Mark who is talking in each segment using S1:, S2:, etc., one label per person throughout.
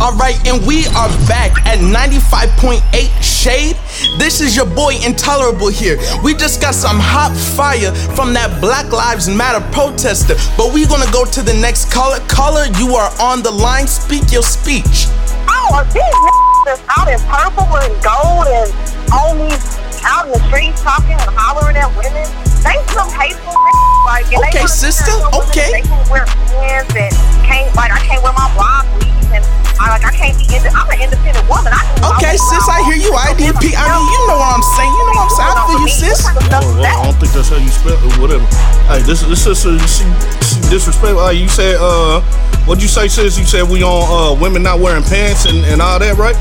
S1: Alright, and we are back at 95.8 Shade. This is your boy Intolerable here. We just got some hot fire from that Black Lives Matter protester, but we gonna go to the next caller. Caller, you are on the line. Speak your speech.
S2: Oh, these niggas that's out in purple and gold and on these out in the streets talking and hollering at women. They some hateful niggas, like and
S1: Okay,
S2: they wanna
S1: sister,
S2: tell women
S1: okay.
S2: They can wear pants and can't like I can't wear my blonde weave and I like I can't be. Indi- I'm an independent woman. I can do my
S1: Okay,
S2: own
S1: sis, I hear
S2: thing.
S1: you. IDP. I mean, you know what I'm saying. You know what I'm saying. I feel you, sis.
S2: What kind of stuff
S3: Oh,
S2: is
S3: well,
S2: that?
S3: I don't think that's how you spell it, whatever. Hey, this this sister, she, she disrespectful. Hey, you said, uh, what'd you say, sis? You said we on uh, women not wearing pants and, and all that, right?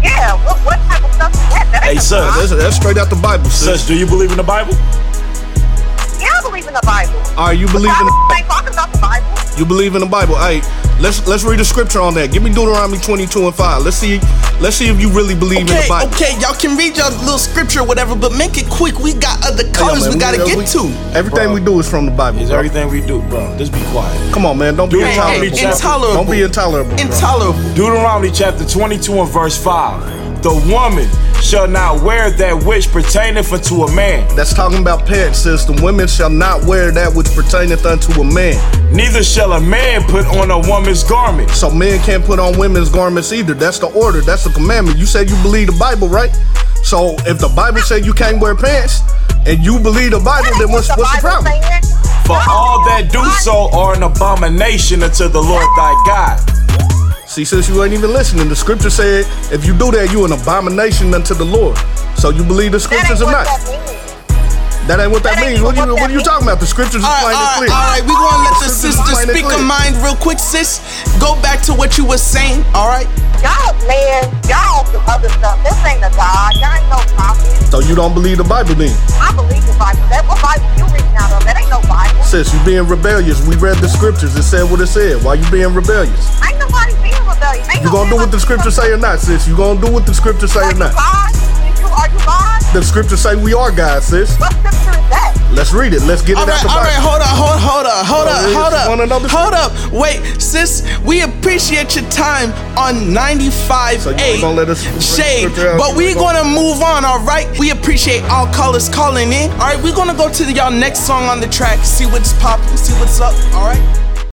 S2: Yeah, what, what type of stuff is that? that ain't a
S4: Hey, sis,
S2: blonde.
S3: That's, that's straight out the Bible,
S4: Sis,
S3: sis.
S4: do you believe in the Bible?
S2: Yeah, I believe in the Bible.
S3: Are you believe in
S2: Why they talking about the Bible?
S3: you believe in the Bible? Hey, let's let's read the scripture on that. Give me Deuteronomy 22 and 5. Let's see let's see if you really believe in
S1: Okay,
S3: the Bible.
S1: okay, y'all can read your little scripture or whatever, but make it quick. We got other
S3: Yeah,
S1: colors
S3: man,
S1: we gotta
S3: we- uh,
S1: get
S3: we-
S1: to.
S3: Everything
S4: Bro.
S3: we do is from the Bible.
S4: Is
S3: bro.
S4: everything we do, bro. Just be quiet.
S3: Come on, man. Don't be
S4: Hey, hey,
S3: intolerable.
S4: hey,
S3: bro.
S1: intolerable.
S3: Don't be intolerable. bro.
S1: Intolerable.
S4: Deuteronomy chapter 22 and verse 5. The woman shall not wear that which pertaineth unto a man,
S3: That's talking about pants, sis. The women shall not wear that which pertaineth unto a man.
S4: neither shall a man put on a woman's garment.
S3: So men can't put on women's garments either. That's the order. That's the commandment. You said you believe the Bible, right? So if the Bible said you can't wear pants, and you believe the Bible,
S2: That
S3: then
S2: ain't
S3: what's
S2: what
S3: what's the
S2: Bible
S3: problem?
S2: saying.
S4: For
S2: God-
S4: all that do
S2: God-
S4: so are an abomination unto the Lord thy God.
S3: See, since you ain't even listening, the scripture said if you do that, you an abomination unto the Lord. So you believe the
S2: That ain't
S3: scriptures or
S2: what
S3: not?
S2: that means.
S3: That ain't what that,
S2: that ain't
S3: means. What,
S2: what
S3: you
S2: that
S3: what are you
S2: means. Uh,
S3: talking about? The scriptures is
S1: All
S3: plain
S1: right,
S3: and
S1: all
S3: clear.
S1: right, all right. We're gonna let the
S3: This is
S1: sister
S3: plain and
S1: speak her
S3: clear.
S1: mind real quick, sis. Go back to what you were saying, all right?
S2: Y'all, man, y'all do other stuff. This ain't a God. Y'all ain't no prophet.
S3: So you don't believe the Bible then?
S2: I believe the Bible. That what Bible you reading out of? That ain't no Bible.
S3: Sis, you being rebellious. We read the scriptures. It said what it said. Why you being rebellious?
S2: Ain't nobody being rebellious. Ain't
S3: You
S2: no
S3: gonna do what the scripture say or not, sis? You gonna do what the scripture say
S2: Are
S3: or
S2: you
S3: not?
S2: God? Is you are you God?
S3: The scripture say we are God, sis.
S2: What scripture is that?
S3: Let's read it. Let's get it
S1: All
S3: out
S1: right,
S3: the
S1: all right, hold
S3: Bible.
S1: up, hold, hold up, hold up,
S3: Well,
S1: hold
S3: it's
S1: up,
S3: one another-
S1: hold up. Wait, sis, we appreciate your time on 95
S3: So you ain't
S1: 8
S3: gonna let us bring the
S1: Shade,
S3: scripture out,
S1: but
S3: you
S1: we
S3: ain't gonna-
S1: gonna move on, all right? We appreciate all callers calling in. All right, we're gonna go to y'all next song on the track, see what's popping, see what's up, all right?